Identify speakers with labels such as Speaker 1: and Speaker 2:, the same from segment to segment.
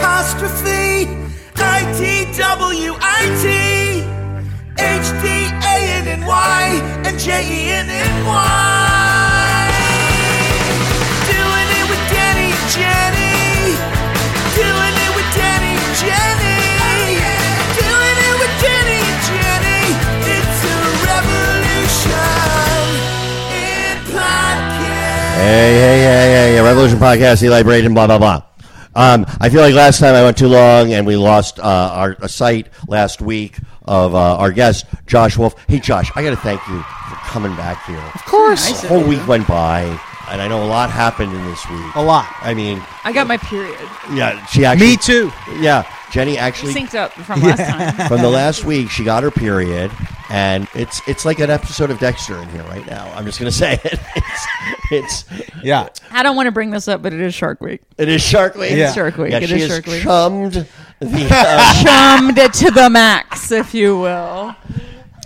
Speaker 1: catastrophe. ITWIT, HDANNY, and E JENNY. Doing it with Danny and Jenny. Doing it with Danny and Jenny. Doing it with Danny and Jenny. It's a revolution in podcast.
Speaker 2: Hey, hey, hey, hey, hey, Revolution Podcast, Eli Braden, blah, blah, blah. Um, I feel like last time I went too long and we lost uh, our a site last week of uh, our guest, Josh Wolf. Hey, Josh, I got to thank you for coming back here. Of course.
Speaker 3: Nice
Speaker 2: The
Speaker 3: of
Speaker 2: whole
Speaker 3: you.
Speaker 2: week went by, and I know a lot happened in this week.
Speaker 3: A lot.
Speaker 2: I mean,
Speaker 4: I got my period
Speaker 2: yeah, she actually.
Speaker 3: Me too.
Speaker 2: Yeah, Jenny actually.
Speaker 4: synced up from last time.
Speaker 2: from the last week, she got her period, and it's it's like an episode of Dexter in here right now. I'm just gonna say it. It's it's
Speaker 3: Yeah.
Speaker 4: I don't want to bring this up, but it is Shark Week.
Speaker 2: it is Shark Week.
Speaker 3: Yeah.
Speaker 4: It's Shark Week.
Speaker 2: Yeah,
Speaker 4: it
Speaker 2: she
Speaker 4: is
Speaker 2: has
Speaker 4: Shark Week.
Speaker 2: chummed the uh,
Speaker 4: Chummed it to the max, if you will.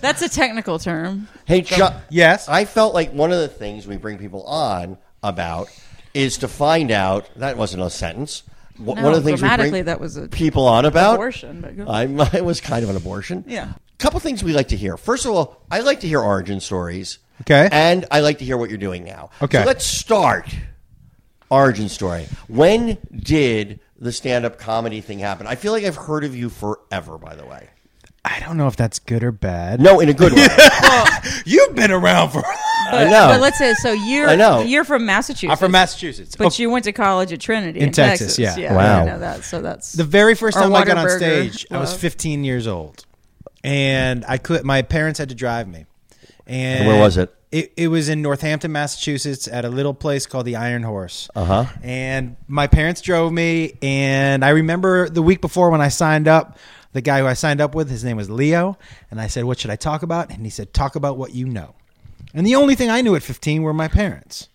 Speaker 4: That's a technical term.
Speaker 2: Hey, Chuck.
Speaker 3: Yes.
Speaker 2: I felt like one of the things we bring people on about is to find out. That wasn't a sentence. Wh- one of the things we
Speaker 4: grammatically,
Speaker 2: bring
Speaker 4: that was a
Speaker 2: people on about
Speaker 4: abortion, but go-
Speaker 2: I, I was kind of an abortion.
Speaker 4: Yeah.
Speaker 2: Couple things we like to hear. First of all, I like to hear origin stories.
Speaker 3: Okay.
Speaker 2: And I like to hear what you're doing now.
Speaker 3: Okay.
Speaker 2: So let's start. Origin story. When did the stand up comedy thing happen? I feel like I've heard of you forever, by the way.
Speaker 3: I don't know if that's good or bad.
Speaker 2: No, in a good way.
Speaker 3: You've been around for.
Speaker 4: But,
Speaker 2: know.
Speaker 4: but let's say so. You're
Speaker 2: I know.
Speaker 4: you're from Massachusetts.
Speaker 3: I'm from Massachusetts.
Speaker 4: but
Speaker 3: Oh,
Speaker 4: you went to college at Trinity
Speaker 3: In Texas, yeah.
Speaker 2: Wow.
Speaker 4: I know that. So that's
Speaker 3: the very first
Speaker 4: or
Speaker 3: time I got on
Speaker 4: Whataburger
Speaker 3: stage, I was
Speaker 4: love.
Speaker 3: 15 years old, and I could. My parents had to drive me. And
Speaker 2: Where was it?
Speaker 3: It, it was in Northampton, Massachusetts, at a little place called the Iron Horse. Uh
Speaker 2: Uh-huh.
Speaker 3: And my parents drove me, and I remember the week before when I signed up, the guy who I signed up with, his name was Leo, and I said, "What should I talk about?" And he said, "Talk about what you know." And the only thing I knew at 15 were my parents.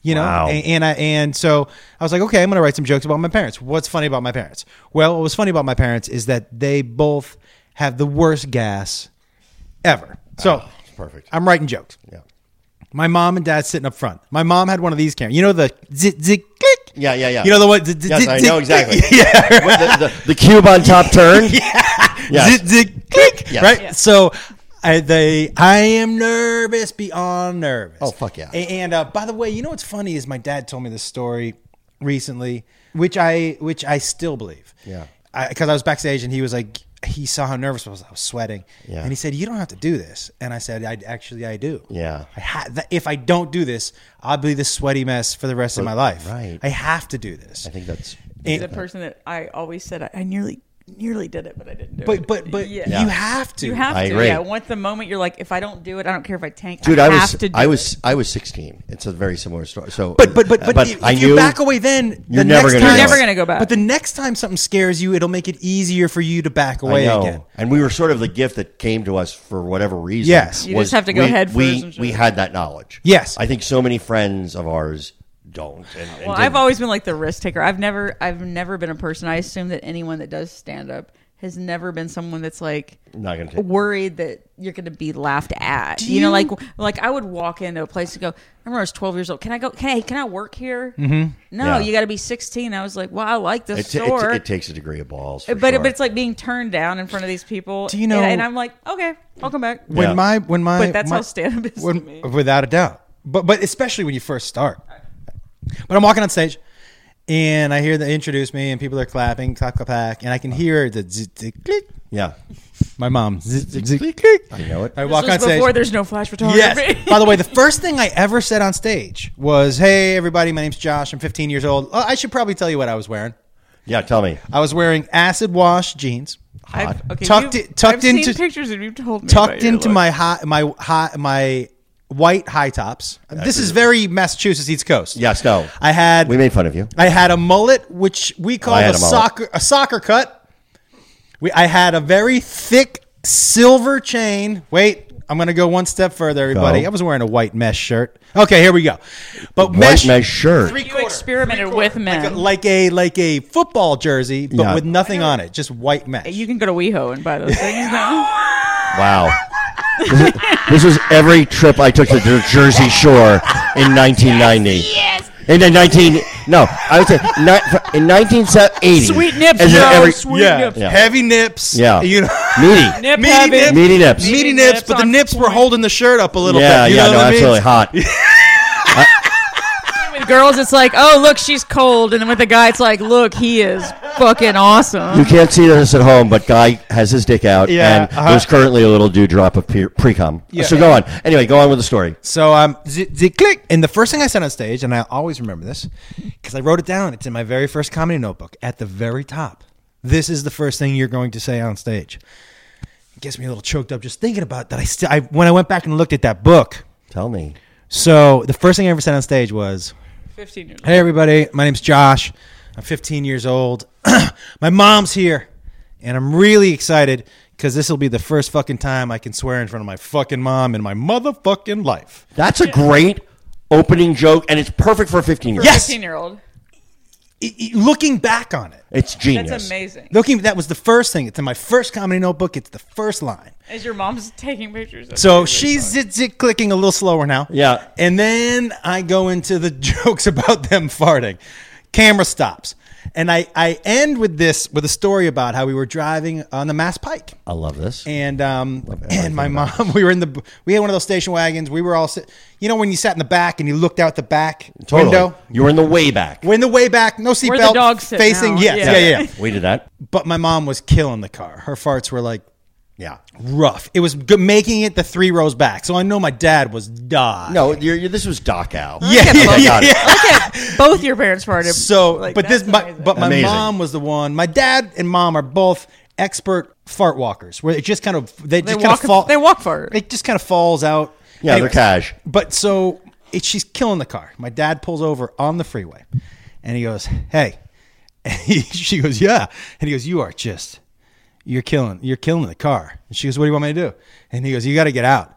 Speaker 3: You know,
Speaker 2: Wow.
Speaker 3: A- and, I and so I was like, okay, I'm going to write some jokes about my parents. What's funny about my parents? Well, what was funny about my parents is that they both have the worst gas ever. So
Speaker 2: Oh, perfect.
Speaker 3: I'm writing jokes.
Speaker 2: yeah.
Speaker 3: My mom and dad sitting up front. My mom had one of these cameras. You know the zit zit click.
Speaker 2: Yeah, yeah, yeah.
Speaker 3: You know the one. Zit, zit,
Speaker 2: Yes,
Speaker 3: zit,
Speaker 2: I know
Speaker 3: zit, click?
Speaker 2: exactly.
Speaker 3: Yeah.
Speaker 2: What, the, the, the cube on top turn. Yes.
Speaker 3: Zit, zit, click.
Speaker 2: Yes.
Speaker 3: Right.
Speaker 2: Yeah.
Speaker 3: So I, they, I am nervous beyond nervous.
Speaker 2: Oh, fuck yeah.
Speaker 3: A- And, uh, by the way, you know what's funny is my dad told me this story recently, which I which I still believe.
Speaker 2: Yeah.
Speaker 3: Because I, was backstage and he was like, he saw how nervous I was. I was sweating.
Speaker 2: Yeah.
Speaker 3: And he said, "You don't have to do this." And I said, "I actually I do.
Speaker 2: Yeah.
Speaker 3: I ha- th- if I don't do this, I'll be this sweaty mess for the rest of my life.
Speaker 2: right.
Speaker 3: I have to do this.
Speaker 2: I think that's
Speaker 3: And-
Speaker 4: the person that I always said I, I nearly nearly did it, but I didn't do
Speaker 3: but
Speaker 4: it.
Speaker 3: but but
Speaker 4: Yeah.
Speaker 3: you have to.
Speaker 4: You have
Speaker 2: I
Speaker 4: to.
Speaker 2: agree.
Speaker 4: Yeah. Once the moment you're like, if I don't do it, I don't care if I tank.
Speaker 2: dude.
Speaker 4: I,
Speaker 2: I
Speaker 4: have
Speaker 2: was
Speaker 4: to do
Speaker 2: I
Speaker 4: it.
Speaker 2: was I was 16. It's a very similar story. So,
Speaker 3: But but but but, if,
Speaker 2: I
Speaker 3: if
Speaker 2: knew-
Speaker 3: you back away, then
Speaker 2: You're
Speaker 3: the
Speaker 2: never
Speaker 3: next
Speaker 2: gonna
Speaker 3: time,
Speaker 2: go You're never
Speaker 4: gonna go back.
Speaker 3: But the next time something scares you, it'll make it easier for you to back
Speaker 2: I
Speaker 3: away
Speaker 2: know.
Speaker 3: again.
Speaker 2: And we were sort of the gift that came to us for whatever reason.
Speaker 3: Yes. You
Speaker 4: just
Speaker 2: was
Speaker 4: have to go
Speaker 2: we,
Speaker 4: head
Speaker 2: we,
Speaker 4: first and shit.
Speaker 2: We had that knowledge.
Speaker 3: Yes.
Speaker 2: I think so many friends of ours don't. And, and
Speaker 4: Well,
Speaker 2: didn't.
Speaker 4: I've always been like the risk taker. I've never, I've never been a person. I assume that anyone that does stand up has never been someone that's like
Speaker 2: not gonna take.
Speaker 4: worried that you're going to be laughed at. You, know, like like I would walk into a place and go. I remember I was 12 years old. Can I go? Hey, can I work here? Mm-hmm. No,
Speaker 2: Yeah.
Speaker 4: you got to be 16. I was like, well, I like this
Speaker 2: It, ta- it,
Speaker 4: store.
Speaker 2: it takes a degree of balls. for
Speaker 4: but,
Speaker 2: sure.
Speaker 4: but it's like being turned down in front of these people.
Speaker 3: Do you
Speaker 4: And-
Speaker 3: know-
Speaker 4: And, I'm like, okay, I'll come back.
Speaker 3: When
Speaker 2: Yeah.
Speaker 3: my when my
Speaker 4: But that's
Speaker 3: my-
Speaker 4: how stand up is to
Speaker 3: when,
Speaker 4: me.
Speaker 3: without a doubt. But but especially when you first start. But I'm walking on stage, and I hear they introduce me, and people are clapping, clap clap clap, and I can hear the zzz, zzz, click.
Speaker 2: yeah,
Speaker 3: My mom zzz, zzz, zzz, click.
Speaker 2: I know it.
Speaker 3: I walk
Speaker 4: this
Speaker 3: on
Speaker 4: was
Speaker 3: stage.
Speaker 4: before there's no flash photography.
Speaker 3: Yes. By the way, the first thing I ever said on stage was, "Hey, everybody, my name's Josh. I'm 15 years old. Oh, I should probably tell you what I was wearing.
Speaker 2: Yeah, tell me.
Speaker 3: I was wearing acid wash jeans,
Speaker 4: I've, okay,
Speaker 3: Tucked
Speaker 4: you've-
Speaker 3: it- tucked
Speaker 4: I've seen
Speaker 3: into-
Speaker 4: pictures and you've told me about
Speaker 3: tucked
Speaker 4: your
Speaker 3: into
Speaker 4: look.
Speaker 3: my high, my high, my white high tops. This is very Massachusetts East Coast.
Speaker 2: Yes, no.
Speaker 3: I had
Speaker 2: We made fun of you.
Speaker 3: I had a mullet, which we call
Speaker 2: I
Speaker 3: a,
Speaker 2: had a mullet.
Speaker 3: soccer a soccer cut. We I had a very thick silver chain. Wait, I'm gonna go one step further, everybody.
Speaker 2: Go.
Speaker 3: I was wearing a white mesh shirt. Okay, here we go. But
Speaker 2: White
Speaker 3: mesh,
Speaker 2: mesh shirt.
Speaker 3: Three
Speaker 4: You
Speaker 3: quarter,
Speaker 4: experimented
Speaker 3: three quarter.
Speaker 4: with men.
Speaker 3: Like a, like a like a football jersey, but
Speaker 2: Yeah.
Speaker 3: with nothing on it, just white mesh.
Speaker 4: You can go to WeHo and buy those things now.
Speaker 2: Wow. This is- this was every trip I took to the Jersey Shore in 1990. Yes. In the 19, no, I would say ni- in 1980.
Speaker 5: Sweet nips,
Speaker 2: as in
Speaker 5: yo,
Speaker 2: every-
Speaker 5: sweet nips.
Speaker 2: Yeah.
Speaker 3: Heavy nips.
Speaker 2: Yeah.
Speaker 3: You know.
Speaker 2: meaty,
Speaker 5: Nip
Speaker 3: Meaty
Speaker 5: heaven.
Speaker 3: nip.
Speaker 2: meaty nips.
Speaker 3: meaty
Speaker 5: Meaty
Speaker 3: nips,
Speaker 5: nips
Speaker 3: but the
Speaker 5: on
Speaker 3: nips were
Speaker 5: point.
Speaker 3: holding the shirt up a little
Speaker 2: yeah,
Speaker 3: bit. You
Speaker 2: yeah,
Speaker 3: know
Speaker 2: no,
Speaker 3: what I mean?
Speaker 2: absolutely hot.
Speaker 4: With girls, it's like, oh look, she's cold, and with the guy, it's like, look, he is fucking awesome.
Speaker 2: You can't see this at home, but guy has his dick out,
Speaker 3: Yeah,
Speaker 2: and
Speaker 3: uh-huh.
Speaker 2: there's currently a little dewdrop of pre cum.
Speaker 3: Yeah.
Speaker 2: So go on. Anyway, go on with the story.
Speaker 3: So um, z- z- click, and the first thing I said on stage, and I always remember this because I wrote it down. It's in my very first comedy notebook at the very top. This is the first thing you're going to say on stage. It gets me a little choked up just thinking about that. I still, I, when I went back and looked at that book.
Speaker 2: Tell me.
Speaker 3: So the first thing I ever said on stage was,
Speaker 4: Fifteen years.
Speaker 3: Hey, everybody. My name's Josh. I'm 15 years old. My mom's here. And I'm really excited because this will be the first fucking time I can swear in front of my fucking mom in my motherfucking life.
Speaker 2: That's a great opening joke, and it's perfect for a 15 year old.
Speaker 3: Yes!
Speaker 4: Fifteen year old.
Speaker 3: I- I- looking back on it,
Speaker 2: It's genius.
Speaker 4: That's amazing.
Speaker 3: looking that was the first thing. It's in my first comedy notebook. It's the first line.
Speaker 4: As your mom's taking pictures. Of
Speaker 3: So
Speaker 4: you.
Speaker 3: she's zit zit clicking a little slower now.
Speaker 2: Yeah.
Speaker 3: And then I go into the jokes about them farting. Camera stops. And I, I end with this with a story about how we were driving on the Mass Pike.
Speaker 2: I love this.
Speaker 3: and um
Speaker 2: everything
Speaker 3: and my
Speaker 2: about
Speaker 3: mom we were in the we had one of those station wagons we were all sit, you know when you sat in the back and you looked out the back
Speaker 2: Totally.
Speaker 3: window
Speaker 2: You were in the way back.
Speaker 3: we're in the way back no
Speaker 4: the
Speaker 3: seatbelt
Speaker 4: dogs sit
Speaker 3: facing
Speaker 4: now.
Speaker 3: yes yeah.
Speaker 4: Yeah.
Speaker 3: yeah yeah
Speaker 2: We did that.
Speaker 3: but my mom was killing the car her farts were like
Speaker 2: Yeah.
Speaker 3: rough it was g- making it the three rows back so i know my dad was die
Speaker 2: No, you're, you're, this was Dachau.
Speaker 3: yeah
Speaker 4: Okay,
Speaker 3: yeah,
Speaker 4: both.
Speaker 3: yeah,
Speaker 2: Got it.
Speaker 3: yeah.
Speaker 4: Look at both your parents farted.
Speaker 3: so
Speaker 4: Like,
Speaker 3: but this
Speaker 4: that's
Speaker 3: my,
Speaker 4: amazing.
Speaker 3: but my
Speaker 2: Amazing.
Speaker 3: mom was the one my dad and mom are both expert fart walkers where it just kind of they,
Speaker 4: they
Speaker 3: just kind
Speaker 4: walk.
Speaker 3: of fall
Speaker 4: They walk farted.
Speaker 3: it just kind of falls out.
Speaker 2: Yeah,
Speaker 3: Anyways,
Speaker 2: they're cash.
Speaker 3: But so it, she's killing the car. My dad pulls over on the freeway, and he goes, "Hey," and he, she goes, "Yeah," and he goes, "You are just, you're killing, you're killing the car." And she goes, "What do you want me to do?" And he goes, "You got to get out."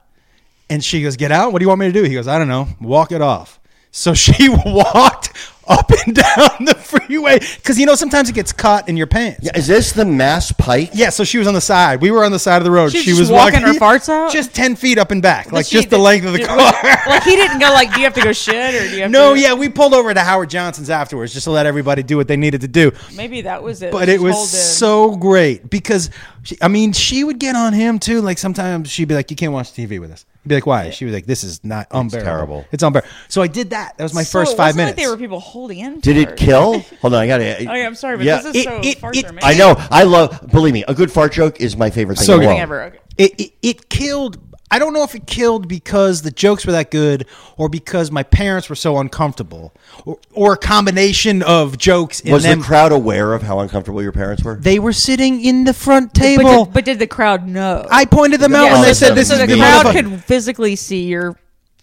Speaker 3: And she goes, "Get out? What do you want me to do?" He goes, "I don't know. Walk it off." So she walked up and down the freeway because you know sometimes it gets caught in your pants.
Speaker 2: Is this the Mass Pike?
Speaker 3: Yeah, so she was on the side. We were on the side of the road.
Speaker 4: She was
Speaker 3: she
Speaker 4: just
Speaker 3: was
Speaker 4: walking
Speaker 3: walking
Speaker 4: her farts out?
Speaker 3: just ten feet up and back, like
Speaker 4: she-
Speaker 3: just the length of the
Speaker 4: did-
Speaker 3: car.
Speaker 4: like he didn't go like, do you have to go shit or do you have
Speaker 3: no,
Speaker 4: to
Speaker 3: yeah, we pulled over to Howard Johnson's afterwards just to let everybody do what they needed to do.
Speaker 4: Maybe that was it.
Speaker 3: But it was
Speaker 4: Hold in.
Speaker 3: so great because she, I mean, she would get on him too. Like sometimes she'd be like, "You can't watch TV with us." He'd be like, "Why?" She'd be like, "This is not unbearable.
Speaker 2: terrible.
Speaker 3: It's unbearable." So I did that. That was my
Speaker 4: So
Speaker 3: first
Speaker 4: it
Speaker 3: five
Speaker 4: wasn't
Speaker 3: minutes.
Speaker 4: Like they were people holding in.
Speaker 2: Did it
Speaker 4: farts.
Speaker 2: kill? Hold on, I gotta.
Speaker 4: Okay, Oh, I'm sorry, but
Speaker 2: Yeah.
Speaker 4: this is
Speaker 3: It-
Speaker 4: so
Speaker 3: it-
Speaker 4: farts
Speaker 3: it-
Speaker 4: are
Speaker 2: I
Speaker 4: amazing.
Speaker 2: know. I love. Believe me, a good fart joke is my favorite thing
Speaker 3: So
Speaker 2: in the
Speaker 3: good.
Speaker 2: world.
Speaker 4: Ever. Okay.
Speaker 3: it, it it killed I don't know if it killed because the jokes were that good or because my parents were so uncomfortable or, or a combination of jokes and
Speaker 2: Was
Speaker 3: them
Speaker 2: the crowd aware of how uncomfortable your parents were?
Speaker 3: they were sitting in the front
Speaker 4: But
Speaker 3: table.
Speaker 4: did, but did the crowd know?
Speaker 3: I pointed them out
Speaker 2: Yeah,
Speaker 3: when they
Speaker 2: so-
Speaker 3: said
Speaker 2: so
Speaker 3: this
Speaker 4: so
Speaker 3: is
Speaker 4: the
Speaker 3: the
Speaker 4: crowd
Speaker 3: motherfucker."
Speaker 4: could physically see your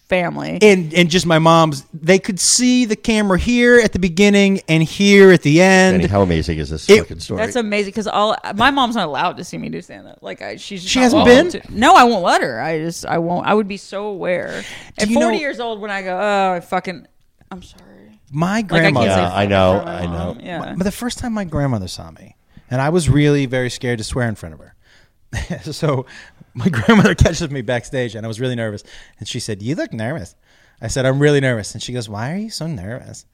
Speaker 4: family.
Speaker 3: and and just my mom's they could see the camera here at the beginning and here at the end.
Speaker 2: Danny, how amazing is this
Speaker 3: It-
Speaker 2: fucking story?
Speaker 4: That's amazing because all my mom's not allowed to see me do stand up. Like I, she's just
Speaker 3: She
Speaker 4: not
Speaker 3: hasn't
Speaker 4: welcome
Speaker 3: been?
Speaker 4: to- no, I won't let her. I just I won't. I would be so aware. At
Speaker 3: you
Speaker 4: forty
Speaker 3: know-
Speaker 4: years old, when I go, oh, I fucking, I'm sorry.
Speaker 3: my
Speaker 4: Like I
Speaker 3: grandma
Speaker 4: can't say
Speaker 2: Yeah,
Speaker 4: fuck
Speaker 2: I know,
Speaker 4: for my
Speaker 2: I know.
Speaker 4: mom. Yeah.
Speaker 3: But the first time my grandmother saw me, and I was really very scared to swear in front of her. so my grandmother catches me backstage, and I was really nervous. And she said, You look nervous. I said, I'm really nervous. And she goes, Why are you so nervous?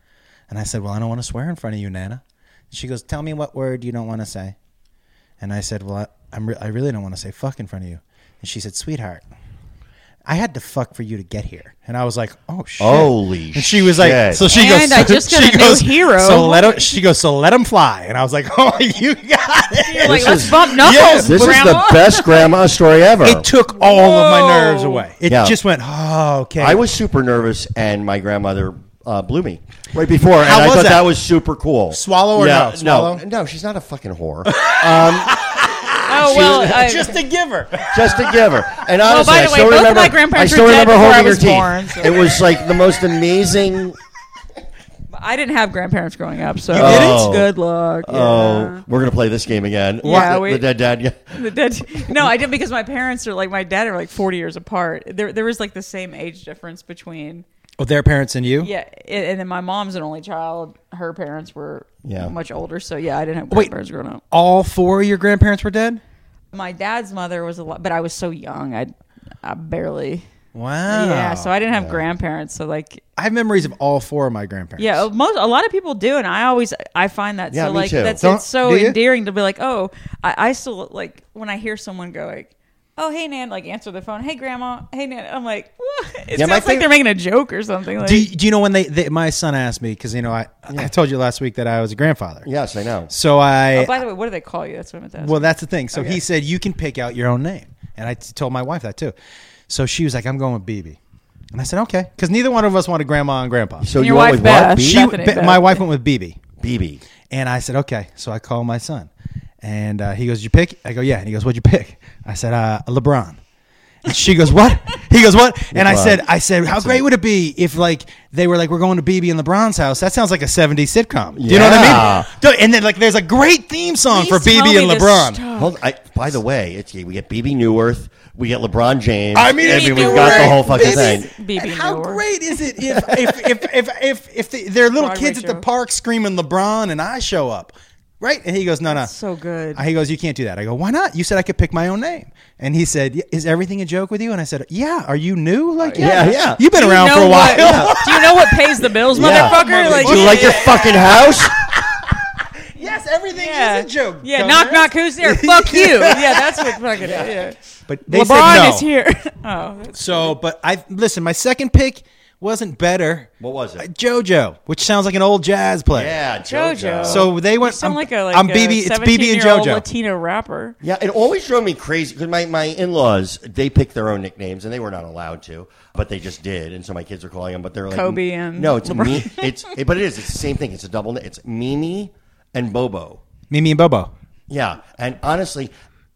Speaker 3: And I said, Well, I don't want to swear in front of you, Nana. And she goes, Tell me what word you don't want to say. And I said, Well, I, I'm re- I really don't want to say fuck in front of you. And she said, Sweetheart. I had to fuck for you to get here, and I was like, "Oh shit!"
Speaker 2: Holy
Speaker 3: And she was like,
Speaker 2: shit.
Speaker 3: "So she
Speaker 4: And
Speaker 3: goes,
Speaker 4: I just got
Speaker 3: she
Speaker 4: a new
Speaker 3: goes,
Speaker 4: hero.
Speaker 3: So let him, she goes, so let him fly. And I was like, oh, you got
Speaker 4: You're
Speaker 3: it.
Speaker 4: like,
Speaker 2: This
Speaker 4: let's
Speaker 2: is-
Speaker 4: bump knuckles,
Speaker 3: Yes,
Speaker 2: this
Speaker 4: grandma.
Speaker 2: is the best grandma story ever.
Speaker 3: It took all of my nerves
Speaker 4: Whoa.
Speaker 3: away. It
Speaker 2: Yeah.
Speaker 3: just went, oh, okay.
Speaker 2: I was super nervous, and my grandmother uh, blew me right before, and
Speaker 3: How
Speaker 2: I
Speaker 3: was
Speaker 2: thought
Speaker 3: that?
Speaker 2: that? was super cool.
Speaker 3: Swallow or no?
Speaker 2: yeah,
Speaker 3: Swallow?
Speaker 2: No, no, she's not a fucking whore.
Speaker 4: Oh well, I,
Speaker 3: just a giver.
Speaker 2: Just to give her. And
Speaker 4: Well,
Speaker 2: honestly,
Speaker 4: by the
Speaker 2: I
Speaker 4: way,
Speaker 2: still
Speaker 4: both of my
Speaker 2: remember. I
Speaker 4: grandparents
Speaker 2: still
Speaker 4: were dead
Speaker 2: remember
Speaker 4: before I
Speaker 2: holding her
Speaker 4: was
Speaker 2: teeth.
Speaker 4: born, so-
Speaker 2: It was like the most amazing.
Speaker 4: I didn't have grandparents growing up, so
Speaker 2: didn't?
Speaker 4: good luck. Yeah.
Speaker 2: Oh, we're gonna play this game again.
Speaker 4: Yeah,
Speaker 2: the,
Speaker 4: we-
Speaker 2: the dead dad. Yeah.
Speaker 4: The dead- no, I didn't because my parents are like my dad are like forty years apart. There, there was like the same age difference between
Speaker 3: Well, their parents and you?
Speaker 4: yeah, a- and then my mom's an only child. Her parents were
Speaker 2: Yeah.
Speaker 4: much older, so yeah, I didn't have
Speaker 3: Wait.
Speaker 4: grandparents growing up.
Speaker 3: All four of your grandparents were dead?
Speaker 4: My dad's mother was a lot, but I was so young, I, I barely.
Speaker 3: Wow.
Speaker 4: Yeah, so I didn't have grandparents, so like
Speaker 3: I have memories of all four of my grandparents.
Speaker 4: yeah, uh, oh, most a lot of people do, and I always I find that
Speaker 2: Yeah,
Speaker 4: so
Speaker 2: me
Speaker 4: like
Speaker 2: too.
Speaker 4: that's
Speaker 3: Don't-
Speaker 4: it's so
Speaker 3: do you?
Speaker 4: endearing to be like oh I, I still like when I hear someone go like oh hey Nan like answer the phone hey Grandma hey Nan I'm like what? it
Speaker 2: Yeah, my
Speaker 4: sounds like
Speaker 2: favorite-
Speaker 4: they're making a joke or something like
Speaker 3: Do you, do you know when they, they my son asked me because you know I I told you last week that I was a grandfather.
Speaker 2: Yes, I know.
Speaker 3: So I
Speaker 4: oh, by the way what do they call you that's what I meant to ask
Speaker 3: well that's the thing. So
Speaker 4: Okay.
Speaker 3: he said you can pick out your own name, and I t- told my wife that too. So she was like, "I'm going with BB," and I said, "Okay," because neither one of us wanted grandma and grandpa.
Speaker 2: So
Speaker 4: And
Speaker 2: you
Speaker 4: your
Speaker 2: went
Speaker 4: wife
Speaker 2: with what?
Speaker 4: Beth.
Speaker 2: B-
Speaker 3: she,
Speaker 4: Bethany,
Speaker 3: Be-
Speaker 4: Beth.
Speaker 3: my wife went with BB,
Speaker 2: BB.
Speaker 3: and I said, "Okay." So I called my son, and uh, he goes, "Did you pick?" I go, "Yeah." And he goes, "What'd you pick?" I said, uh, "LeBron." And she goes, "What?" He goes, "What?" And I
Speaker 2: LeBron.
Speaker 3: said, "I said, how
Speaker 2: That's
Speaker 3: great
Speaker 2: it.
Speaker 3: would it be if like they were like we're going to BB and LeBron's house? That sounds like a '70s sitcom. Do you know what
Speaker 2: Yeah.
Speaker 3: I mean? Dude, And then like there's a great theme song
Speaker 4: Please
Speaker 3: for
Speaker 4: tell
Speaker 3: BB
Speaker 4: me
Speaker 3: and
Speaker 4: this
Speaker 3: LeBron."
Speaker 4: stuff.
Speaker 2: Hold, I, by the way, it's, we get BB Newirth, we get LeBron James.
Speaker 3: I mean,
Speaker 2: mean,
Speaker 4: it's
Speaker 2: we've got the
Speaker 4: great.
Speaker 2: whole fucking
Speaker 4: This
Speaker 2: thing.
Speaker 4: is- BB
Speaker 3: And how
Speaker 4: Newhart.
Speaker 3: great is it if if if if if, if the, there are little
Speaker 4: Broadway
Speaker 3: kids at the
Speaker 4: show.
Speaker 3: park screaming LeBron and I show up, right? And he goes, no, no,
Speaker 4: so good.
Speaker 3: He goes, you can't do that. I go, why not? You said I could pick my own name, and he said, "Y- is everything a joke with you? And I said, yeah. Are you new? Like,
Speaker 2: Yeah, yeah.
Speaker 3: You've been
Speaker 4: Do you
Speaker 3: around
Speaker 4: know
Speaker 3: for a while.
Speaker 4: what- do you know what pays the bills
Speaker 2: Yeah.
Speaker 4: motherfucker like
Speaker 2: Do you like your fucking house?
Speaker 3: yes, everything is a joke.
Speaker 4: yeah
Speaker 3: dumbass.
Speaker 4: knock knock who's there fuck you yeah that's what fucking yeah.
Speaker 3: But they said
Speaker 4: LeBron
Speaker 3: no.
Speaker 4: is here oh that's-
Speaker 3: So, but I listen. My second pick wasn't better. Uh,
Speaker 2: What was it?
Speaker 3: JoJo, which sounds like an old jazz player.
Speaker 2: Yeah,
Speaker 4: JoJo.
Speaker 3: So they went.
Speaker 4: You sound
Speaker 3: I'm,
Speaker 4: like a like
Speaker 3: I'm
Speaker 4: a
Speaker 3: BB. It's BB and
Speaker 4: 17-year-old
Speaker 3: JoJo.
Speaker 4: Latino rapper.
Speaker 2: Yeah, it always drove me crazy because my, my in laws they picked their own nicknames and they were not allowed to, but they just did, and so my kids are calling them. But they're like
Speaker 4: Kobe and
Speaker 2: no, it's
Speaker 4: LeBron.
Speaker 2: me, it's it, but it is it's the same thing. It's a double. ni- It's Mimi and Bobo.
Speaker 3: Mimi and Bobo.
Speaker 2: Yeah, and honestly,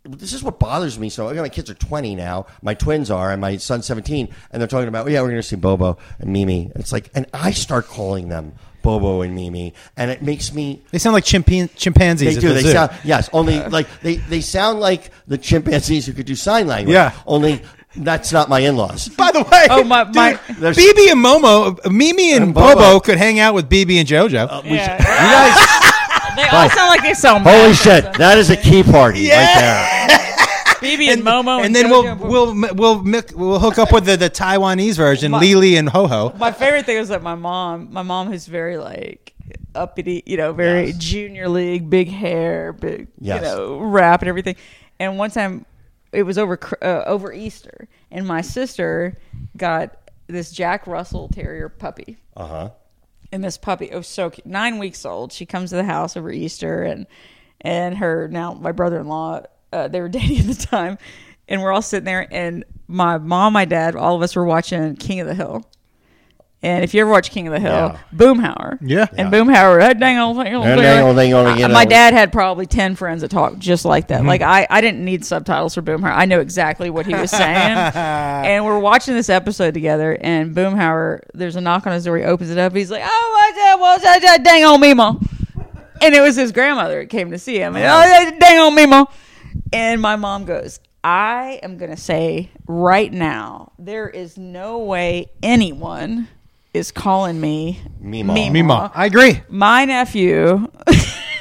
Speaker 2: this is what bothers me. So I got my kids are twenty now. My twins are, and my son's seventeen, and they're talking about, "Oh, yeah, we're going to see Bobo and Mimi. It's like, and I start calling them Bobo and Mimi, and it makes me
Speaker 3: They sound like chimpan- chimpanzees.
Speaker 2: They
Speaker 3: at
Speaker 2: do.
Speaker 3: the
Speaker 2: They
Speaker 3: zoo.
Speaker 2: sound yes. Only like they, they sound like the chimpanzees who could do sign language.
Speaker 3: Yeah.
Speaker 2: Only that's not my in-laws.
Speaker 3: By the way,
Speaker 4: Oh, my- my-
Speaker 3: dude,
Speaker 2: There's-
Speaker 3: BB and Momo, uh, Mimi and,
Speaker 2: And Bobo.
Speaker 3: Bobo. Oh. could hang out with BB and JoJo.
Speaker 4: Yeah.
Speaker 2: You guys,
Speaker 4: they all sound like they sell
Speaker 3: Ah.
Speaker 2: holy
Speaker 4: meth.
Speaker 2: shit, that is a key party right
Speaker 4: BB and, Momo,
Speaker 3: and
Speaker 4: and,
Speaker 3: then
Speaker 4: Oh, JoJo.
Speaker 3: we'll we'll we'll mic- we'll hook up with the, the Taiwanese version,
Speaker 4: My-
Speaker 3: Lili and Ho Ho.
Speaker 4: My favorite thing was that my mom, my mom who's very like uppity, you know, very junior league, big hair, big,
Speaker 2: Yes.
Speaker 4: you know, rap and everything. And one time it was over cr- uh, over Easter, and my sister got this Jack Russell Terrier puppy.
Speaker 2: there. Uh huh.
Speaker 4: and this puppy oh so cute nine weeks old she comes to the house over easter and and her now my brother-in-law uh, they were dating at the time and we're all sitting there and my mom my dad all of us were watching king of the hill and if you ever watch King of the Hill,
Speaker 2: Yeah.
Speaker 4: Boomhauer.
Speaker 3: Yeah.
Speaker 4: And Boomhauer, "Hey, dang old thing, old
Speaker 2: Hey,
Speaker 4: thing."
Speaker 2: dang old thing, old
Speaker 4: I-
Speaker 2: thing,
Speaker 4: My
Speaker 2: old-
Speaker 4: dad had probably 10 friends that talked just like
Speaker 3: Mm-hmm.
Speaker 4: that. Like, I, I didn't need subtitles for Boomhauer. I knew exactly what he was saying. and we're watching this episode together, and Boomhauer, there's a knock on his door. He opens it up. He's like, oh, what's that? What's that? that Dang old Mimo. And it was his grandmother that came to see him. And, oh, yeah, dang on Mimo. And my mom goes, I am going to say right now, there is no way anyone is calling me
Speaker 2: Meemaw.
Speaker 3: Mima, I agree.
Speaker 4: My nephew,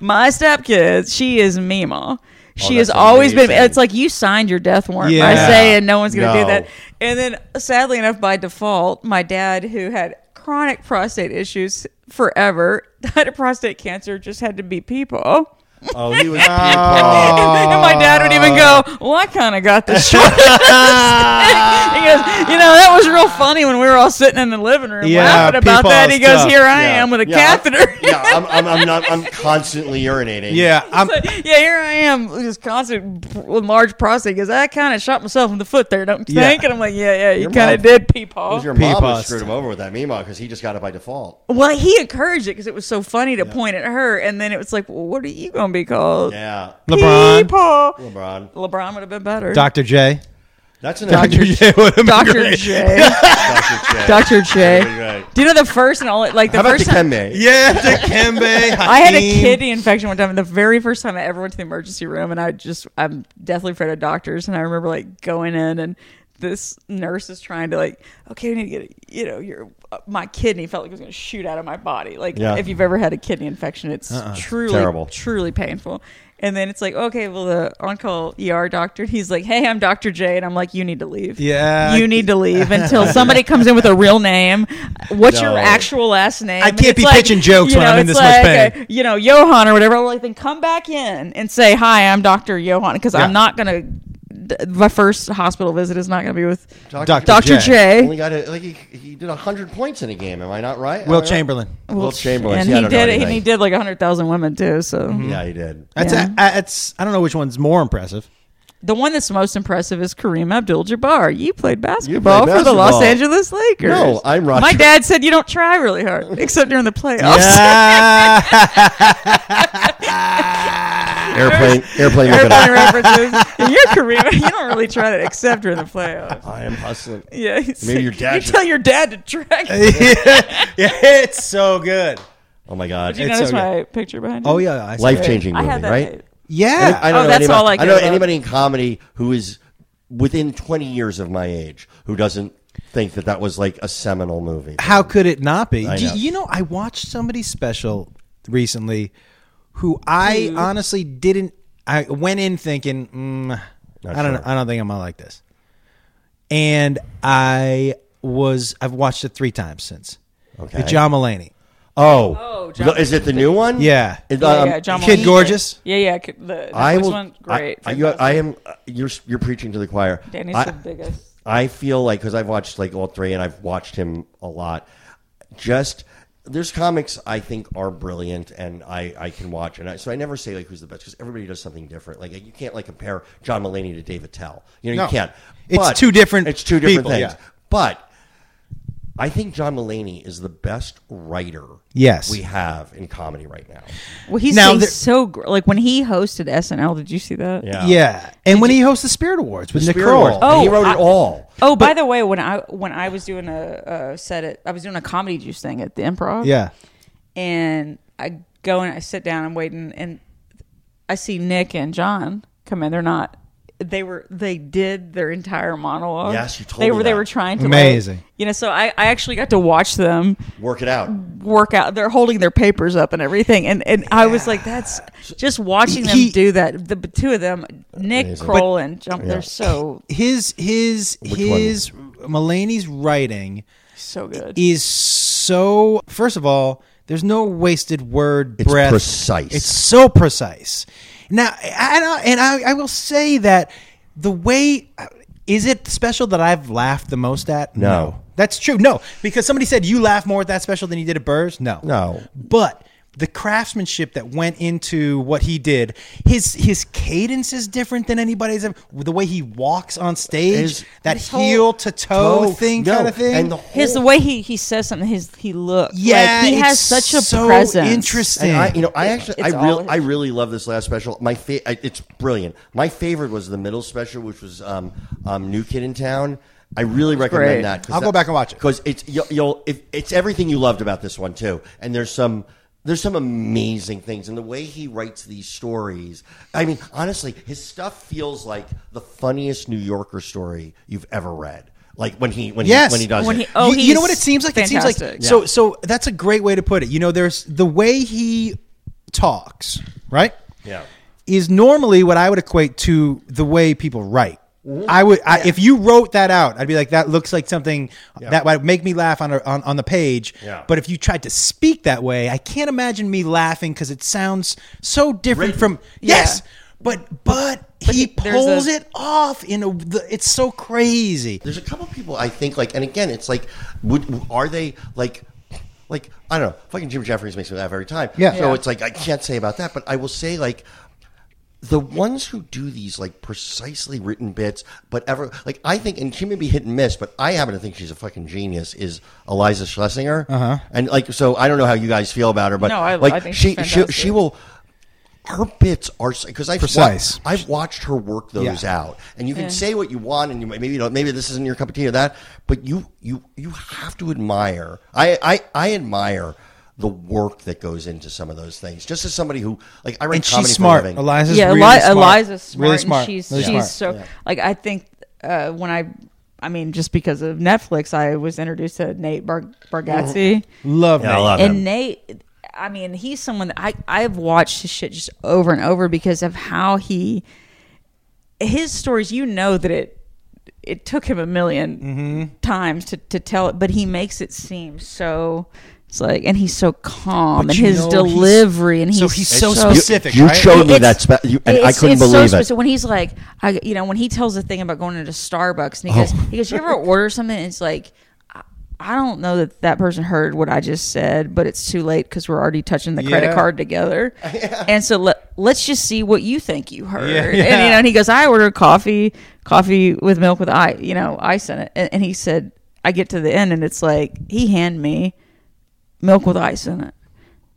Speaker 4: my stepkids, she is Mima. She has
Speaker 2: Oh, that's
Speaker 4: always been.
Speaker 2: amazing.
Speaker 4: It's like you signed your death warrant by
Speaker 3: Yeah.
Speaker 4: saying no one's going to
Speaker 2: No.
Speaker 4: do that. And then, sadly enough, by default, my dad, who had chronic prostate issues forever, died of prostate cancer, just had to be people.
Speaker 2: Oh, he was Ah.
Speaker 4: And then my dad would even go, "Well, I kind of got the short." end of the stick." he goes, "You know, that was real funny when we were all sitting in the living room
Speaker 3: Yeah,
Speaker 4: laughing about
Speaker 3: people
Speaker 4: that." He goes,
Speaker 3: stuff.
Speaker 4: "Here I
Speaker 2: Yeah.
Speaker 4: am with a
Speaker 2: Yeah, I'm-
Speaker 4: catheter."
Speaker 2: yeah, I'm, I'm, I'm not. I'm constantly urinating.
Speaker 3: Yeah, I'm,
Speaker 4: But, yeah, here I am with this constant with large prostate because I kind of shot myself in the foot there, don't you
Speaker 3: Yeah.
Speaker 4: think? And I'm like, yeah, yeah, you
Speaker 2: Your
Speaker 4: kind
Speaker 2: mom-
Speaker 4: of did,
Speaker 2: It was
Speaker 4: peepaw.
Speaker 2: your mom who
Speaker 3: Peepust.
Speaker 2: screwed him over with that Meemaw because he just got it by default.
Speaker 3: Oh.
Speaker 4: well, he encouraged it because it was so funny to point at her, and then it was like, well, what are you going to be called?
Speaker 2: Yeah,
Speaker 3: LeBron,
Speaker 4: Peepaw.
Speaker 2: LeBron.
Speaker 4: LeBron would have been better.
Speaker 3: Dr. J,
Speaker 2: That's an
Speaker 3: Dr. J would have been
Speaker 4: Dr.
Speaker 3: great.
Speaker 4: J.
Speaker 2: Dr. J.
Speaker 4: Dr.
Speaker 2: Pretty
Speaker 4: J.
Speaker 2: great.
Speaker 4: Do you know the first and all like the
Speaker 2: How about
Speaker 4: first time
Speaker 2: Dikembe?
Speaker 3: Yeah, Dikembe.
Speaker 4: I had a
Speaker 3: Hakeem.
Speaker 4: kidney infection one time, and the very first time I ever went to the emergency room, and I just I'm deathly afraid of doctors, and I remember like going in and this nurse is trying to like, okay, we need to get you know your uh, my kidney felt like it was going to shoot out of my body. Like
Speaker 2: Yeah. Uh-uh.
Speaker 4: if you've ever had a kidney infection, it's truly
Speaker 2: Terrible.
Speaker 4: truly painful. And then it's like, okay, well the on call ER doctor, he's like, hey, I'm Doctor J, and I'm like, you need to leave.
Speaker 3: Yeah.
Speaker 4: you need to leave until somebody comes in with a real name. What's
Speaker 2: No.
Speaker 4: your actual last name?
Speaker 3: I
Speaker 4: And
Speaker 3: can't be
Speaker 4: it's
Speaker 3: pitching jokes when I'm in
Speaker 4: it's
Speaker 3: this much
Speaker 4: like,
Speaker 3: pain.
Speaker 4: uh, You know, Johan or whatever. I'm like, then come back in and say, "Hi, I'm Doctor Johan," because
Speaker 3: Yeah.
Speaker 4: I'm not gonna. th- My first hospital visit is not gonna be with
Speaker 3: Doctor
Speaker 4: Doctor
Speaker 3: J.
Speaker 4: J.
Speaker 2: Only got a, like he, he did hundred points in a game. Am I not right? Am I
Speaker 3: Will
Speaker 2: right?
Speaker 3: Chamberlain.
Speaker 2: Will Chamberlain.
Speaker 4: and
Speaker 2: See, I
Speaker 4: he
Speaker 2: don't know
Speaker 4: did, and
Speaker 2: anything.
Speaker 4: he did like hundred thousand women too. So
Speaker 2: Yeah, he did.
Speaker 3: That's
Speaker 4: Yeah.
Speaker 3: I, I, it's, I don't know which one's more impressive.
Speaker 4: the one that's most impressive is Kareem Abdul-Jabbar. You played basketball, for the
Speaker 2: basketball.
Speaker 4: Los Angeles Lakers.
Speaker 2: No, I'm Roger-
Speaker 4: My dad said you don't try really hard, except during the playoffs.
Speaker 3: Yeah.
Speaker 2: Airplane, airplane. look it
Speaker 4: Everybody
Speaker 2: up.
Speaker 4: references in your career. You don't really try that except during the playoffs.
Speaker 2: I am hustling.
Speaker 4: Yeah, he's
Speaker 2: Maybe your dad
Speaker 4: You
Speaker 2: should-
Speaker 4: tell your dad to track. Did
Speaker 3: yeah, it's so good.
Speaker 2: Oh my god,
Speaker 4: you
Speaker 3: it's
Speaker 4: notice
Speaker 3: so
Speaker 4: my picture behind you?
Speaker 3: Oh yeah, I see
Speaker 2: life
Speaker 3: it.
Speaker 2: changing
Speaker 4: I
Speaker 2: movie,
Speaker 4: had that.
Speaker 2: right?
Speaker 3: Yeah,
Speaker 2: I don't
Speaker 4: Oh,
Speaker 2: know
Speaker 4: that's
Speaker 2: anybody,
Speaker 4: all I
Speaker 2: don't know
Speaker 4: care about.
Speaker 2: anybody in comedy who is within 20 years of my age who doesn't think that that was like a seminal movie.
Speaker 3: How could it not be?
Speaker 2: I
Speaker 3: Do-
Speaker 2: know.
Speaker 3: you know, I watched somebody special recently who I honestly didn't. I went in thinking, mm, I don't, know,
Speaker 2: sure.
Speaker 3: I don't think I'm gonna like this. And I was, I've watched it three times since.
Speaker 2: Okay.
Speaker 3: The John Mulaney,
Speaker 2: Oh,
Speaker 4: Oh, John-
Speaker 2: is it the new one?
Speaker 3: Yeah.
Speaker 2: Is,
Speaker 4: Yeah,
Speaker 2: um,
Speaker 4: yeah, John
Speaker 3: Kid
Speaker 4: Mulaney.
Speaker 3: Gorgeous?
Speaker 4: Yeah, yeah. c- The
Speaker 2: I
Speaker 4: Netflix
Speaker 2: will.
Speaker 4: one, great.
Speaker 2: I, you, I am. uh, You're you're preaching to the choir.
Speaker 4: Danny's
Speaker 2: I,
Speaker 4: the biggest.
Speaker 2: I feel like because I've watched like all three and I've watched him a lot. Just there's comics I think are brilliant and I, I can watch and I, so I never say like who's the best because everybody does something different. Like you can't like compare John Mulaney to David Tell. You know
Speaker 3: No.
Speaker 2: you can't.
Speaker 3: It's two different
Speaker 2: It's two different
Speaker 3: people,
Speaker 2: things.
Speaker 3: yeah.
Speaker 2: But I think John Mulaney is the best writer.
Speaker 3: Yes.
Speaker 2: we have in comedy right now.
Speaker 4: Well, he's
Speaker 3: Now
Speaker 4: he's
Speaker 3: there-
Speaker 4: so gr- like when he hosted SNL. Did you see that?
Speaker 3: yeah, and when he hosts the Spirit Awards with Nick
Speaker 2: Spirit
Speaker 3: Kroll,
Speaker 2: Awards. And he
Speaker 4: Oh,
Speaker 2: wrote
Speaker 4: I-
Speaker 2: it all.
Speaker 4: Oh, by the way, when I when I was doing a, a set at I was doing a comedy juice thing at the Improv.
Speaker 3: yeah,
Speaker 4: and I go and I sit down. I'm waiting, and I see Nick and John come in. They're not. They were. They did their entire monologue.
Speaker 2: Yes, you told
Speaker 4: they
Speaker 2: me
Speaker 4: were. They
Speaker 2: that.
Speaker 4: were trying to like-
Speaker 3: Amazing.
Speaker 4: you know, so I, I actually got to watch them
Speaker 2: Work it out.
Speaker 4: work out. They're holding their papers up and everything, and and I was like, that's just watching them
Speaker 3: He-
Speaker 4: do that. The b- two of them, Nick
Speaker 2: Amazing.
Speaker 4: Kroll and Jump, they're so
Speaker 3: his his
Speaker 2: one?
Speaker 3: his Mulaney's writing
Speaker 4: so good.
Speaker 3: is so first of all there's no wasted word
Speaker 2: It's
Speaker 3: breath
Speaker 2: precise.
Speaker 3: it's so precise now and I, and I, I will say that the way is it special that i've laughed the most at
Speaker 2: No.
Speaker 3: that's true no because somebody said you laugh more at that special than you did at burrs no
Speaker 2: No.
Speaker 3: but the craftsmanship that went into what he did, his his cadence is different than anybody's ever. The way he walks on stage,
Speaker 2: His-
Speaker 3: that
Speaker 4: his whole-
Speaker 3: heel to toe
Speaker 2: No,
Speaker 3: thing,
Speaker 2: no.
Speaker 3: kind of thing.
Speaker 2: And the whole
Speaker 4: His the way he he says something. His he looks.
Speaker 3: Yeah,
Speaker 4: like, he has
Speaker 3: it's
Speaker 4: such a
Speaker 3: so
Speaker 4: presence.
Speaker 3: Interesting.
Speaker 2: And I, you know, I actually,
Speaker 4: It's
Speaker 2: I really,
Speaker 4: all-
Speaker 2: I really love this last special. My, fa- I- it's brilliant. My favorite was the middle special, which was um, um, New Kid in Town. I really recommend
Speaker 4: great.
Speaker 2: that.
Speaker 3: I'll go back and watch it.
Speaker 2: because it's you'll, you'll if, it's everything you loved about this one too. And there's some. There's some amazing things, and the way he writes these stories. I mean, honestly, his stuff feels like the funniest New Yorker story you've ever read. Like when he when
Speaker 3: yes,
Speaker 2: he, when he does
Speaker 4: When
Speaker 2: it.
Speaker 4: he- Oh,
Speaker 3: you, you know
Speaker 4: he's
Speaker 3: what it seems like. It seems like
Speaker 4: fantastic.
Speaker 3: so. So that's a great way to put it. You know, there's the way he talks, right?
Speaker 2: Yeah.
Speaker 3: Is normally what I would equate to the way people write.
Speaker 2: Mm-hmm.
Speaker 3: I would, I, if you wrote that out, I'd be like, that looks like something that would make me laugh on, a, on on the page.
Speaker 2: Yeah.
Speaker 3: But if you tried to speak that way, I can't imagine me laughing because it sounds so different
Speaker 2: Written.
Speaker 3: from
Speaker 4: Yeah.
Speaker 3: yes. But but he
Speaker 4: he- there's
Speaker 3: pulls
Speaker 4: a-
Speaker 3: it off in a. The, it's so crazy.
Speaker 2: there's a couple people I think like, and again, it's like, would are they like, like I don't know, fucking Jim Jeffries makes me laugh every time.
Speaker 3: Yeah.
Speaker 2: So
Speaker 3: Yeah.
Speaker 2: it's like I can't say about that, but I will say like. The ones who do these like precisely written bits, but ever like I think, and she may be hit and miss, but I happen to think she's a fucking genius. Is Eliza Schlesinger? Uh-huh. And like, so I don't know how you guys feel about her, but
Speaker 4: No, I-
Speaker 2: like
Speaker 4: I think
Speaker 2: she
Speaker 4: she's
Speaker 2: she
Speaker 4: fantastic.
Speaker 2: she will her bits are because I've
Speaker 3: Precise.
Speaker 2: wa- I've watched her work those
Speaker 3: Yeah.
Speaker 2: out, and you can say what you want, and you maybe you know, maybe this isn't your cup of tea or that, but you you you have to admire. I I, I admire the work that goes into some of those things. Just as somebody who like I write
Speaker 3: And
Speaker 2: comedy
Speaker 3: she's smart.
Speaker 2: for a living.
Speaker 3: Eliza's
Speaker 4: yeah,
Speaker 3: really
Speaker 4: Eli-
Speaker 3: smart.
Speaker 4: Eliza's smart.
Speaker 3: Really
Speaker 4: and
Speaker 3: smart.
Speaker 4: she's
Speaker 3: Really
Speaker 4: she's
Speaker 3: smart.
Speaker 4: so like I think uh, when I I mean, just because of Netflix, I was introduced to Nate Bar- Bargatze.
Speaker 3: Love
Speaker 2: Yeah, I
Speaker 3: Nate.
Speaker 2: love him.
Speaker 4: And Nate, I mean, he's someone that I I've watched his shit just over and over because of how he his stories. You know that it it took him a 1000000
Speaker 3: Mm-hmm.
Speaker 4: times to to tell it, but he makes it seem so. It's like, and he's so calm,
Speaker 3: But
Speaker 4: and
Speaker 3: you
Speaker 4: his
Speaker 3: know he's-
Speaker 4: delivery, and he's
Speaker 3: so he's so
Speaker 2: You-
Speaker 3: specific,
Speaker 2: You,
Speaker 3: right?
Speaker 2: showed me
Speaker 4: It's-
Speaker 2: that, spe- you, and I
Speaker 4: it's-
Speaker 2: couldn't
Speaker 4: it's so
Speaker 2: believe it.
Speaker 4: specific. When he's like, I, you know, when he tells the thing about going into Starbucks, and he goes,
Speaker 2: Oh.
Speaker 4: he goes, you ever order something? And it's like, I, I don't know that that person heard what I just said, but it's too late because we're already touching the
Speaker 3: Yeah.
Speaker 4: credit card together. And so let let's just see what you think you heard.
Speaker 3: Yeah,
Speaker 4: And
Speaker 3: yeah.
Speaker 4: you know, and he goes, I ordered coffee, coffee with milk with I, you know, ice in it. And, and he said, I get to the end, and it's like he hand me milk with ice in it.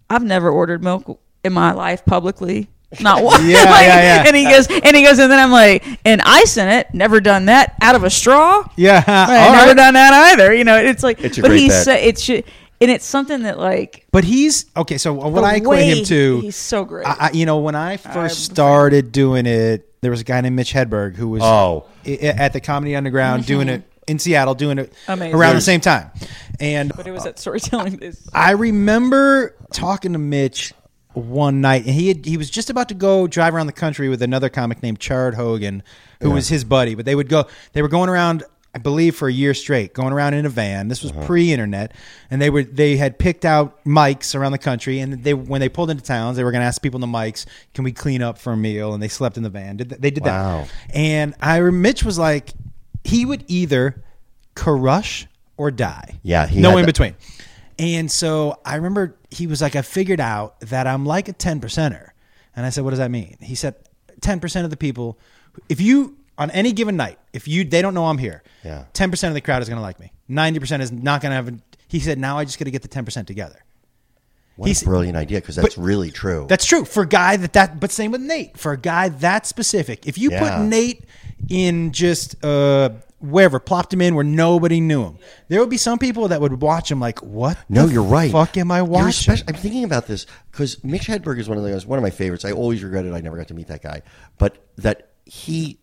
Speaker 4: I've never ordered milk in my life publicly. Not one.
Speaker 3: Yeah,
Speaker 4: Like,
Speaker 3: yeah, yeah.
Speaker 4: And he goes, and he goes, and then I'm like, and ice in it. Never done that out of a straw.
Speaker 3: Yeah,
Speaker 4: Like,
Speaker 3: all
Speaker 4: never
Speaker 3: right.
Speaker 4: done that either. You know, it's like,
Speaker 2: It's a
Speaker 4: but
Speaker 2: great
Speaker 4: he's
Speaker 2: bet.
Speaker 4: so, it's ju- and it's something that like
Speaker 3: But he's okay. So what
Speaker 4: the
Speaker 3: I equate
Speaker 4: way
Speaker 3: him to,
Speaker 4: He's so great.
Speaker 3: I, I, you know, when I first
Speaker 4: I'm-
Speaker 3: started doing it, there was a guy named Mitch Hedberg who was
Speaker 2: Oh.
Speaker 3: i- i- at the Comedy Underground doing it in Seattle, doing it
Speaker 4: Amazing.
Speaker 3: around the same time, and
Speaker 4: but it was that storytelling. It's-
Speaker 3: I remember talking to Mitch one night, and he had, he was just about to go drive around the country with another comic named Chard Hogan, who was his buddy. But they would go, they were going around, I believe, for a year straight, going around in a van. This
Speaker 2: Uh-huh.
Speaker 3: was pre-internet, and they were they had picked out mics around the country, and they when they pulled into towns, they were going to ask people in the mics, "Can we clean up for a meal?" And they slept in the van. Did th- they did
Speaker 2: Wow.
Speaker 3: that? And I rem- Mitch was like, he would either crush or die.
Speaker 2: Yeah, he
Speaker 3: no
Speaker 2: had
Speaker 3: in
Speaker 2: that-
Speaker 3: between between. And so I remember he was like, I figured out that I'm like a 10 percenter. And I said, What does that mean? He said, 10% of the people, if you, on any given night, if you, they don't know I'm here,
Speaker 2: Yeah.
Speaker 3: 10% of the crowd is going to like me. 90% is not going to have, a, he said, Now I just got to get the 10% together.
Speaker 2: What
Speaker 3: he's-
Speaker 2: a brilliant idea, because that's
Speaker 3: but-
Speaker 2: really true.
Speaker 3: That's true for a guy that that. But same with Nate for a guy that specific. If you
Speaker 2: Yeah.
Speaker 3: put Nate in just uh wherever, plopped him in where nobody knew him, there would be some people that would watch him like, "What?
Speaker 2: no,
Speaker 3: the
Speaker 2: you're right.
Speaker 3: Fuck am I
Speaker 2: You're
Speaker 3: watching?"
Speaker 2: spec- I'm thinking about this because Mitch Hedberg is one of those, one of my favorites. I always regretted I never got to meet that guy, but that he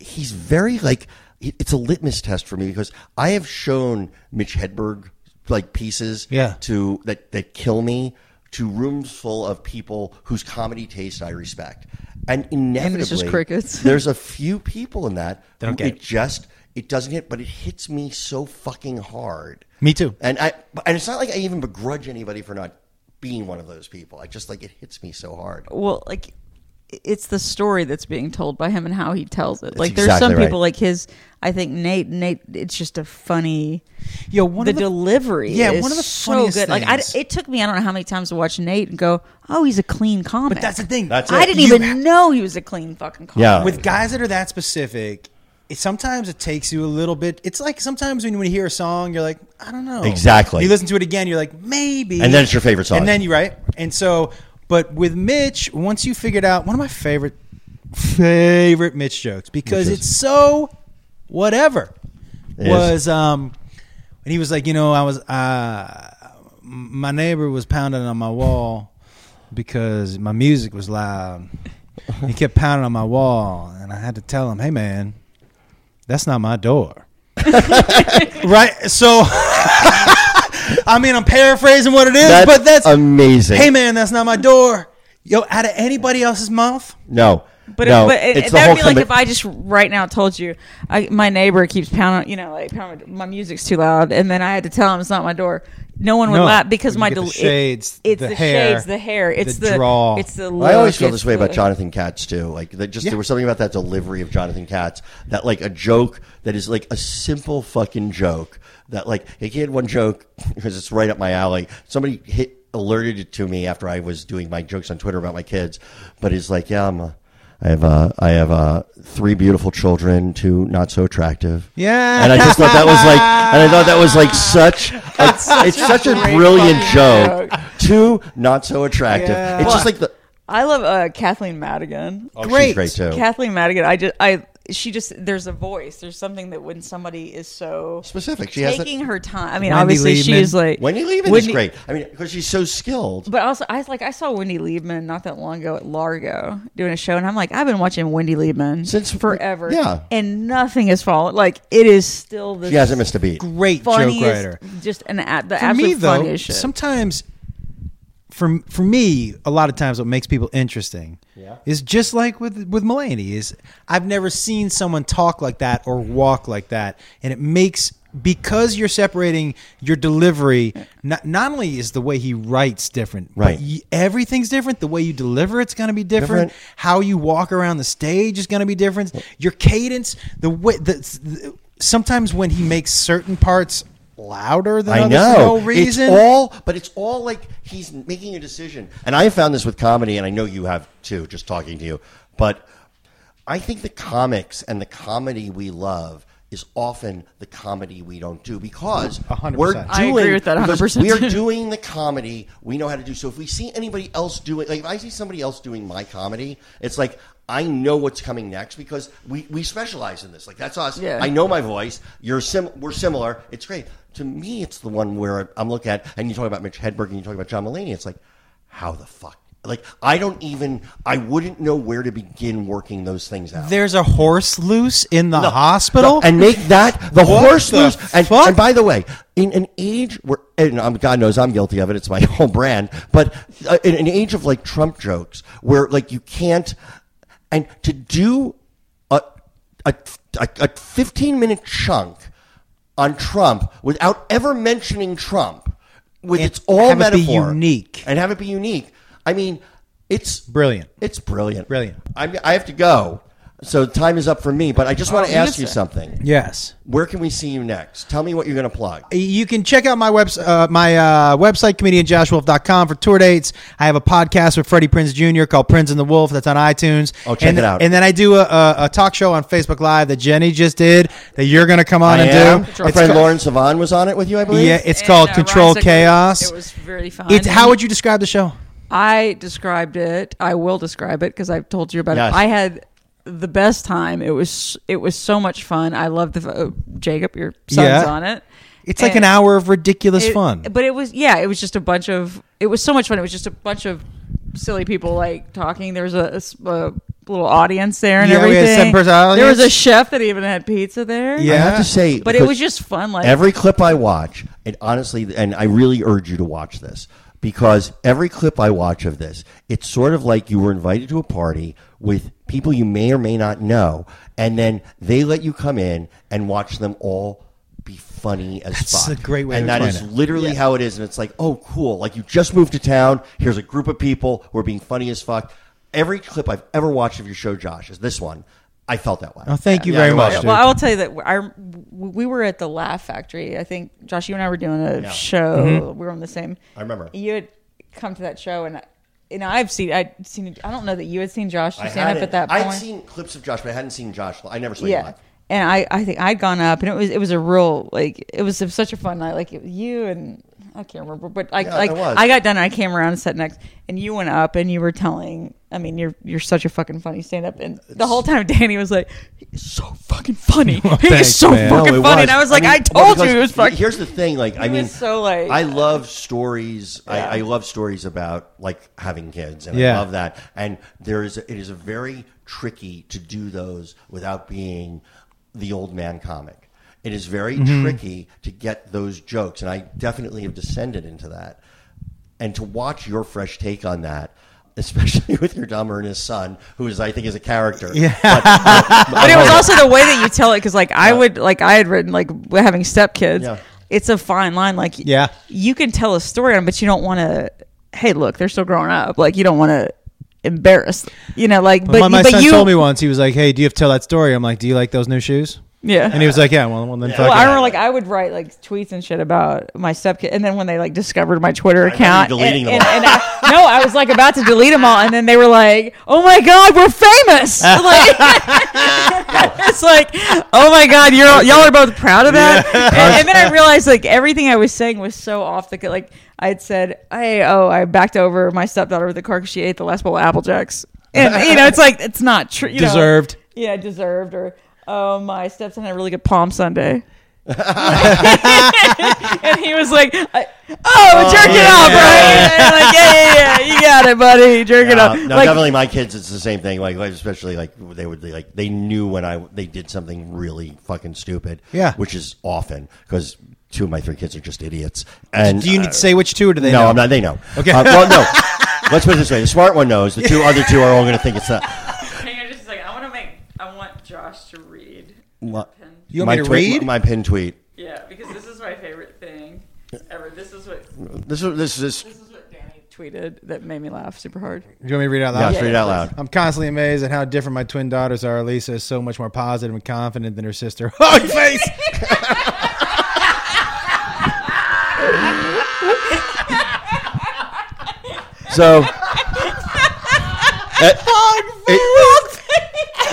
Speaker 2: he's very like it- it's a litmus test for me because I have shown Mitch Hedberg like pieces
Speaker 3: Yeah.
Speaker 2: to that that kill me to rooms full of people whose comedy taste I respect, and inevitably
Speaker 4: it's just crickets.
Speaker 2: there's a few people in that
Speaker 3: They don't
Speaker 2: who
Speaker 3: get
Speaker 2: it
Speaker 3: it.
Speaker 2: just it doesn't hit, but it hits me so fucking hard.
Speaker 3: Me too.
Speaker 2: And I and it's not like I even begrudge anybody for not being one of those people. I just like it hits me so hard.
Speaker 4: well, like it's the story that's being told by him and how he tells it. like there's
Speaker 2: exactly
Speaker 4: some
Speaker 2: right.
Speaker 4: people like his. I think Nate. Nate. It's just a funny.
Speaker 3: Yo, one
Speaker 4: the,
Speaker 3: of the
Speaker 4: delivery
Speaker 3: Yeah,
Speaker 4: is
Speaker 3: one of the
Speaker 4: so good.
Speaker 3: funniest
Speaker 4: Like I,
Speaker 3: things.
Speaker 4: it took me I don't know how many times to watch Nate and go, oh, he's a clean comic.
Speaker 3: But that's the thing.
Speaker 2: That's
Speaker 4: I
Speaker 2: it.
Speaker 4: didn't
Speaker 3: You
Speaker 4: even
Speaker 3: ha-
Speaker 4: know he was a clean fucking comic.
Speaker 2: Yeah.
Speaker 3: with guys that are that specific. It, sometimes it takes you a little bit. It's like sometimes when you hear a song, you're like, I don't know.
Speaker 2: Exactly.
Speaker 3: You listen to it again, you're like, maybe.
Speaker 2: And then it's your favorite song.
Speaker 3: And then you right. And so, but with Mitch, once you figured out one of my favorite favorite Mitch jokes because
Speaker 2: Which is?
Speaker 3: it's so whatever
Speaker 2: It is.
Speaker 3: was um, and he was like, you know, I was uh, my neighbor was pounding on my wall because my music was loud. He kept pounding on my wall, and I had to tell him, "Hey, man, that's not my door." right? So, I mean, I'm paraphrasing what it is,
Speaker 2: That's
Speaker 3: but that's
Speaker 2: amazing.
Speaker 3: Hey, man, that's not my door. Yo, out of anybody else's mouth,
Speaker 2: No.
Speaker 4: But,
Speaker 2: no,
Speaker 4: but it,
Speaker 2: it's the
Speaker 4: that
Speaker 2: whole
Speaker 4: would be like
Speaker 2: commi-
Speaker 4: if I just right now told you I, my neighbor keeps pounding, you know, like pounding, my music's too loud, and then I had to tell him it's not my door. No one would
Speaker 3: No.
Speaker 4: laugh because
Speaker 3: You
Speaker 4: my
Speaker 3: get the
Speaker 4: del- it-
Speaker 3: shades,
Speaker 4: it's
Speaker 3: the
Speaker 4: the,
Speaker 3: hair,
Speaker 4: shades, the hair, it's
Speaker 3: the
Speaker 4: the,
Speaker 3: drawl.
Speaker 4: it's the.
Speaker 2: I always
Speaker 4: look,
Speaker 2: feel
Speaker 4: it's
Speaker 2: this way
Speaker 4: the-
Speaker 2: about Jonathan Katz too. Like that, just
Speaker 3: Yeah.
Speaker 2: there was something about that delivery of Jonathan Katz that, like, a joke that is like a simple fucking joke that, like, he had one joke because it's right up my alley. Somebody hit alerted it to me after I was doing my jokes on Twitter about my kids, but he's like, "Yeah, I'm, uh, I have, uh, I have uh, three beautiful children, two not so attractive."
Speaker 3: Yeah.
Speaker 2: and I just thought that was like, and I thought that was like such, a, it's such a brilliant joke. Two not so attractive.
Speaker 3: Yeah.
Speaker 2: It's just like the.
Speaker 4: I love uh, Kathleen Madigan.
Speaker 2: Oh,
Speaker 3: Great.
Speaker 2: She's great too.
Speaker 4: Kathleen Madigan. I just I she just there's a voice. There's something that when somebody is so
Speaker 2: Specific. She has
Speaker 4: taking her time. I mean,
Speaker 3: Wendy
Speaker 4: obviously
Speaker 3: Liebman.
Speaker 4: she's like
Speaker 2: Wendy Lehman is
Speaker 4: Wendy-
Speaker 2: great. I mean, because she's so skilled.
Speaker 4: But also, I was like I saw Wendy Liebman not that long ago at Largo doing a show, and I'm like, I've been watching Wendy Liebman
Speaker 2: Since-
Speaker 4: forever,
Speaker 2: yeah.
Speaker 4: and nothing has fallen. Like it is still the
Speaker 2: She hasn't missed a beat.
Speaker 3: Great joke writer.
Speaker 4: funniest, just an a- the
Speaker 3: for
Speaker 4: absolute
Speaker 3: me though,
Speaker 4: funniest shit.
Speaker 3: sometimes for for me, a lot of times what makes people interesting is just like with with Mulaney is I've never seen someone talk like that or walk like that, and it makes because you're separating your delivery. Not not only is the way he writes different,
Speaker 2: Right.
Speaker 3: But y- everything's different. The way you deliver it's going to be different.
Speaker 2: Different.
Speaker 3: How you walk around the stage is going to be different. Your cadence, the way the sometimes when he makes certain parts louder than
Speaker 2: I
Speaker 3: others
Speaker 2: know.
Speaker 3: for no reason.
Speaker 2: It's all, but it's all like he's making a decision. And I have found this with comedy, and I know you have too, just talking to you. But I think the comics and the comedy we love is often the comedy we don't do because we are doing.
Speaker 3: percent.
Speaker 4: I agree with that
Speaker 2: because
Speaker 4: 100%.
Speaker 2: We are doing the comedy we know how to do. So if we see anybody else doing, like if I see somebody else doing my comedy, it's like. I know what's coming next because we, we specialize in this. Like that's us.
Speaker 4: Yeah.
Speaker 2: I know know my voice. You're sim- we're similar. It's great. To me, it's the one where I'm looking at, and you talk about Mitch Hedberg and you talk about John Mulaney. It's like, how the fuck? Like, I don't even, I wouldn't know where to begin working those things out.
Speaker 3: There's a horse loose in the
Speaker 2: No,
Speaker 3: hospital.
Speaker 2: no, and make that the
Speaker 3: What
Speaker 2: horse
Speaker 3: the
Speaker 2: loose. And,
Speaker 3: fuck?
Speaker 2: and by the way, in an age where, and um, God knows I'm guilty of it. It's my whole brand. But uh, in an age of like Trump jokes, where like you can't, and to do a a a, a 15 minute chunk on Trump without ever mentioning Trump, with
Speaker 3: And
Speaker 2: its all
Speaker 3: have it be
Speaker 2: metaphor
Speaker 3: unique.
Speaker 2: and have it be unique. I mean, it's
Speaker 3: Brilliant.
Speaker 2: It's brilliant.
Speaker 3: Brilliant.
Speaker 2: I'm, I have to go. So time is up for me, but I just
Speaker 4: Oh,
Speaker 2: want to ask you something.
Speaker 3: yes.
Speaker 2: Where can we see you next? Tell me what you're going to plug.
Speaker 3: You can check out my webs- uh, my uh, website, comedianjoshwolf.com, for tour dates. I have a podcast with Freddie Prince Jr. called Prince and the Wolf that's on iTunes.
Speaker 2: Oh, check
Speaker 3: and,
Speaker 2: it out.
Speaker 3: And then I do a, a, a talk show on Facebook Live that Jenny just did that you're going to come on
Speaker 2: I
Speaker 3: and
Speaker 2: am.
Speaker 3: do.
Speaker 2: Our
Speaker 3: It's
Speaker 2: friend
Speaker 3: ca-
Speaker 2: Lauren Savon was on it with you, I believe.
Speaker 3: Yeah, it's
Speaker 4: And,
Speaker 3: called
Speaker 4: uh,
Speaker 3: Control
Speaker 4: Rise Against-
Speaker 3: Chaos.
Speaker 4: It was really fun.
Speaker 3: It's, how would you describe the show?
Speaker 4: I described it. I will describe it because I've told you about
Speaker 2: Yes.
Speaker 4: it. I had the best time. It was it was so much fun. I love the oh, Jacob, your son's
Speaker 3: Yeah.
Speaker 4: on it.
Speaker 3: It's like
Speaker 4: And
Speaker 3: an hour of ridiculous
Speaker 4: it-
Speaker 3: fun.
Speaker 4: but it was yeah. It was just a bunch of. It was so much fun. It was just a bunch of silly people like talking. There was a, a s- a little audience there and
Speaker 3: Yeah, we had
Speaker 4: everything.
Speaker 3: seven-person
Speaker 4: There was a
Speaker 3: audience.
Speaker 4: chef that even had pizza there.
Speaker 2: I
Speaker 3: Yeah.
Speaker 2: have to say,
Speaker 4: but it was just fun. Like
Speaker 2: every clip I watch, and honestly, and I really urge you to watch this because every clip I watch of this, it's sort of like you were invited to a party with people you may or may not know, and then they let you come in and watch them all be funny as
Speaker 3: That's
Speaker 2: fuck.
Speaker 3: a great way
Speaker 2: and
Speaker 3: to
Speaker 2: that is
Speaker 3: explain it.
Speaker 2: literally how it is, and it's like, oh, cool! Like you just moved to town. Here's a group of people who are being funny as fuck. Every clip I've ever watched of your show, Josh, is this one. I felt that way.
Speaker 3: Oh, thank you
Speaker 2: Yeah,
Speaker 3: very
Speaker 2: you're
Speaker 3: much,
Speaker 2: welcome.
Speaker 3: dude.
Speaker 4: Well, I will tell you that I we were at the Laugh Factory. I think Josh, you and I were doing a show. We were on the same.
Speaker 2: I remember.
Speaker 4: you had come to that show, and I- and I've seen I'd seen I don't know that you had seen Josh
Speaker 2: I
Speaker 4: stand up
Speaker 2: hadn't-
Speaker 4: at that
Speaker 2: I'd
Speaker 4: point.
Speaker 2: seen clips of Josh, but I hadn't seen Josh. li- I never saw you
Speaker 4: yeah.
Speaker 2: live.
Speaker 4: And I, I think I'd gone up, and it was it was a real like it was such a fun night. Like it was you and I can't remember, but I
Speaker 2: Yeah,
Speaker 4: like
Speaker 2: it was.
Speaker 4: I got done. and I came around and sat next, and you went up and you were telling. I mean, you're you're such a fucking funny stand up, and the whole time Danny was like, "He's so fucking funny. he
Speaker 3: thanks,
Speaker 4: is so
Speaker 3: man.
Speaker 4: fucking
Speaker 2: No, it
Speaker 4: funny." And I was like, "I,
Speaker 2: mean, well,
Speaker 4: told
Speaker 2: because
Speaker 4: you it was
Speaker 2: he-
Speaker 4: fucking."
Speaker 2: Here's the thing, like I
Speaker 4: He was
Speaker 2: mean,
Speaker 4: so, like-
Speaker 2: I love stories.
Speaker 4: Yeah.
Speaker 2: I, I love stories about like having kids, and I
Speaker 3: Yeah.
Speaker 2: love that. And there is, it is a very tricky to do those without being the old man comic. It is very
Speaker 4: Mm-hmm.
Speaker 2: tricky to get those jokes, and I definitely have descended into that. And to watch your fresh take on that. Especially with your dumber and his son, who is, I think, is a character. Yeah. But,
Speaker 4: But it was also the way that you tell it, because like I would like I had written like having stepkids.
Speaker 2: Yeah.
Speaker 4: It's a fine line. Like
Speaker 3: Yeah.
Speaker 4: you can tell a story on, but you don't want to. Hey, look, they're still growing up. Like you don't want to embarrass. them. You know, like but
Speaker 3: my my
Speaker 4: but
Speaker 3: son
Speaker 4: you,
Speaker 3: told me once, he was like, hey, do you have to tell that story? I'm like, do you like those new shoes?
Speaker 4: Yeah.
Speaker 3: And he was like, yeah, well, well then fuck
Speaker 4: well,
Speaker 3: it."
Speaker 4: I remember like
Speaker 2: uh,
Speaker 4: I would write like tweets and shit about my stepkid, and then when they like discovered my Twitter account,
Speaker 2: you deleting
Speaker 4: and,
Speaker 2: them all.
Speaker 4: and- and I, no, I was like about to delete them all, and then they were like, "Oh my god, we're famous!" Like, it's like, "Oh my god, you're y'all are both proud of that." And, and then I realized like everything I was saying was so off the like I had said, "Hey, oh, I backed over my stepdaughter with a car because she ate the last bowl of apple jacks," and you know, it's like it's not true. you know.
Speaker 3: Deserved.
Speaker 4: yeah, deserved or oh my stepson had a really good Palm Sunday. and he was like, I- "Oh, jerk it off, right?" And I'm like, yeah, yeah, yeah, you got it, buddy. Jerk it
Speaker 2: Uh,
Speaker 4: off.
Speaker 2: no,
Speaker 4: Like,
Speaker 2: definitely my kids. It's the same thing. Like, like, especially like they would like they knew when I they did something really fucking stupid.
Speaker 3: Yeah.
Speaker 2: which is often because two of my three kids are just idiots. And
Speaker 3: Do you need
Speaker 2: uh,
Speaker 3: to say which two or do they
Speaker 2: no,
Speaker 3: know?
Speaker 2: I'm not. They know.
Speaker 3: Okay.
Speaker 2: Uh, well, no. Let's put it this way: the smart one knows. The two other two are all going to think it's that.
Speaker 4: hang on just a second. I want to make. I want Josh to read.
Speaker 3: You want
Speaker 2: my
Speaker 3: me to
Speaker 2: tweet-
Speaker 3: read?
Speaker 2: my pin tweet?
Speaker 4: Yeah, because this is my favorite thing ever. This is what
Speaker 2: This is this is.
Speaker 4: this is what Danny tweeted that made me laugh super hard.
Speaker 3: Do you want me to read it out
Speaker 2: Yeah,
Speaker 3: loud?
Speaker 2: let's read it out loud.
Speaker 3: I'm constantly amazed at how different my twin daughters are. Lisa is so much more positive and confident than her sister. Hug face.
Speaker 2: So. Uh, it-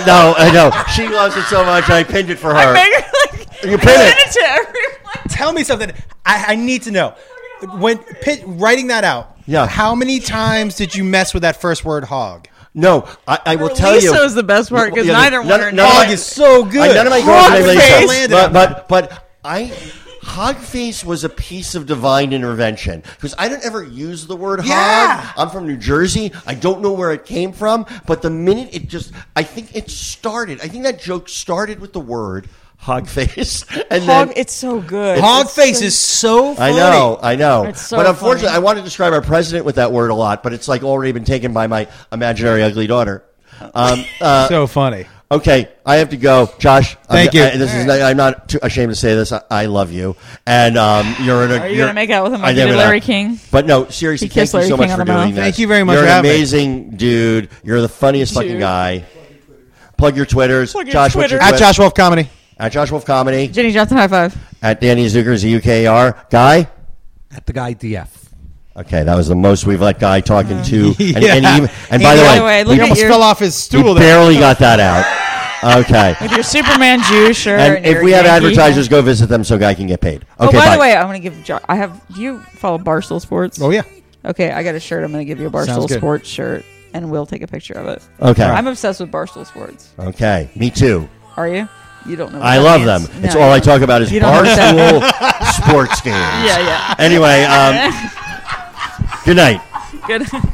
Speaker 2: no, I know. She loves it so much. I pinned it for her. You pin
Speaker 4: I
Speaker 2: it.
Speaker 4: sent to everyone.
Speaker 3: Tell me something. I, I need to know. When pit, writing that out,
Speaker 2: Yeah.
Speaker 3: How many times did you mess with that first word, hog?
Speaker 2: No, I, I will tell
Speaker 4: Lisa
Speaker 2: you.
Speaker 4: is the best part, 'cause neither one are
Speaker 2: none of
Speaker 4: nice.
Speaker 2: my-
Speaker 3: Hog is so good.
Speaker 2: I- none of my girls
Speaker 4: Hog
Speaker 2: named
Speaker 4: face.
Speaker 2: Lisa,
Speaker 3: Landed
Speaker 2: but
Speaker 3: on that.
Speaker 2: but but I. Hogface was a piece of divine intervention because I don't ever use the word
Speaker 3: Yeah.
Speaker 2: hog. I'm from New Jersey. I don't know where it came from, but the minute it just, I think it started. I think that joke started with the word hogface, and
Speaker 4: Hog,
Speaker 2: then
Speaker 4: it's so good.
Speaker 3: Hog
Speaker 4: It's
Speaker 3: face
Speaker 4: so-
Speaker 3: is so
Speaker 2: I
Speaker 3: funny.
Speaker 2: know, I know.
Speaker 4: It's so
Speaker 2: but unfortunately,
Speaker 4: funny.
Speaker 2: I want to describe our president with that word a lot, but it's like already been taken by my imaginary ugly daughter. Um, uh,
Speaker 3: So funny.
Speaker 2: Okay, I have to go, Josh.
Speaker 3: Thank
Speaker 2: I'm,
Speaker 3: you.
Speaker 2: I, this is not, I'm not too ashamed to say this. I, I love you, and um, you're in a.
Speaker 4: Are you
Speaker 2: you're-
Speaker 4: gonna make out with him
Speaker 2: I
Speaker 4: like you did
Speaker 2: never
Speaker 4: Larry
Speaker 2: know.
Speaker 4: King?
Speaker 2: But no, seriously,
Speaker 4: He
Speaker 2: thank
Speaker 4: kissed
Speaker 2: you
Speaker 4: Larry
Speaker 2: so
Speaker 4: King
Speaker 2: much
Speaker 4: on
Speaker 2: for
Speaker 4: the mouth.
Speaker 2: doing this.
Speaker 3: Thank you very much
Speaker 2: You're
Speaker 3: for
Speaker 2: an
Speaker 3: having me.
Speaker 2: amazing dude. You're the funniest fucking
Speaker 4: Dude.
Speaker 2: guy. Plug your twitters,
Speaker 4: Plug your
Speaker 2: Josh.
Speaker 4: Twitter.
Speaker 2: What's your
Speaker 3: At
Speaker 2: twi-
Speaker 3: Josh Wolf Comedy.
Speaker 2: at Josh Wolf Comedy
Speaker 4: Jenny Johnson, high five.
Speaker 2: at Danny Zucker Z U K R guy.
Speaker 5: At the guy DF.
Speaker 2: Okay, that was the most we've let guy talking to. And, and,
Speaker 3: Yeah.
Speaker 2: even- and by the
Speaker 4: by
Speaker 2: way,
Speaker 4: the way, look
Speaker 2: we,
Speaker 4: at
Speaker 3: Almost
Speaker 4: your-
Speaker 3: fell off his
Speaker 2: we
Speaker 3: stool there.
Speaker 2: barely got that out. Okay.
Speaker 4: With your Superman Jew shirt.
Speaker 2: And if
Speaker 4: your
Speaker 2: we have
Speaker 4: Yankee-
Speaker 2: advertisers, go visit them so Guy can get paid.
Speaker 4: Oh,
Speaker 2: Okay,
Speaker 4: by
Speaker 2: bye.
Speaker 4: the way, I'm gonna give. Jo- I have. Do you follow Barstool Sports?
Speaker 3: Oh yeah.
Speaker 4: Okay, I got a shirt. I'm gonna give you a
Speaker 3: Sounds
Speaker 4: Barstool
Speaker 3: good. Uh,
Speaker 4: Sports shirt, and we'll take a picture of it.
Speaker 2: Okay.
Speaker 4: I'm obsessed with Barstool Sports.
Speaker 2: Okay, me too.
Speaker 4: Are you? You don't know. what
Speaker 2: I
Speaker 4: that
Speaker 2: love
Speaker 4: means.
Speaker 2: them. It's
Speaker 4: No,
Speaker 2: all
Speaker 4: you
Speaker 2: I
Speaker 4: don't.
Speaker 2: talk about is
Speaker 4: You don't have
Speaker 2: barstool sports games.
Speaker 4: Yeah, yeah.
Speaker 2: Anyway, um, good night.
Speaker 4: Good.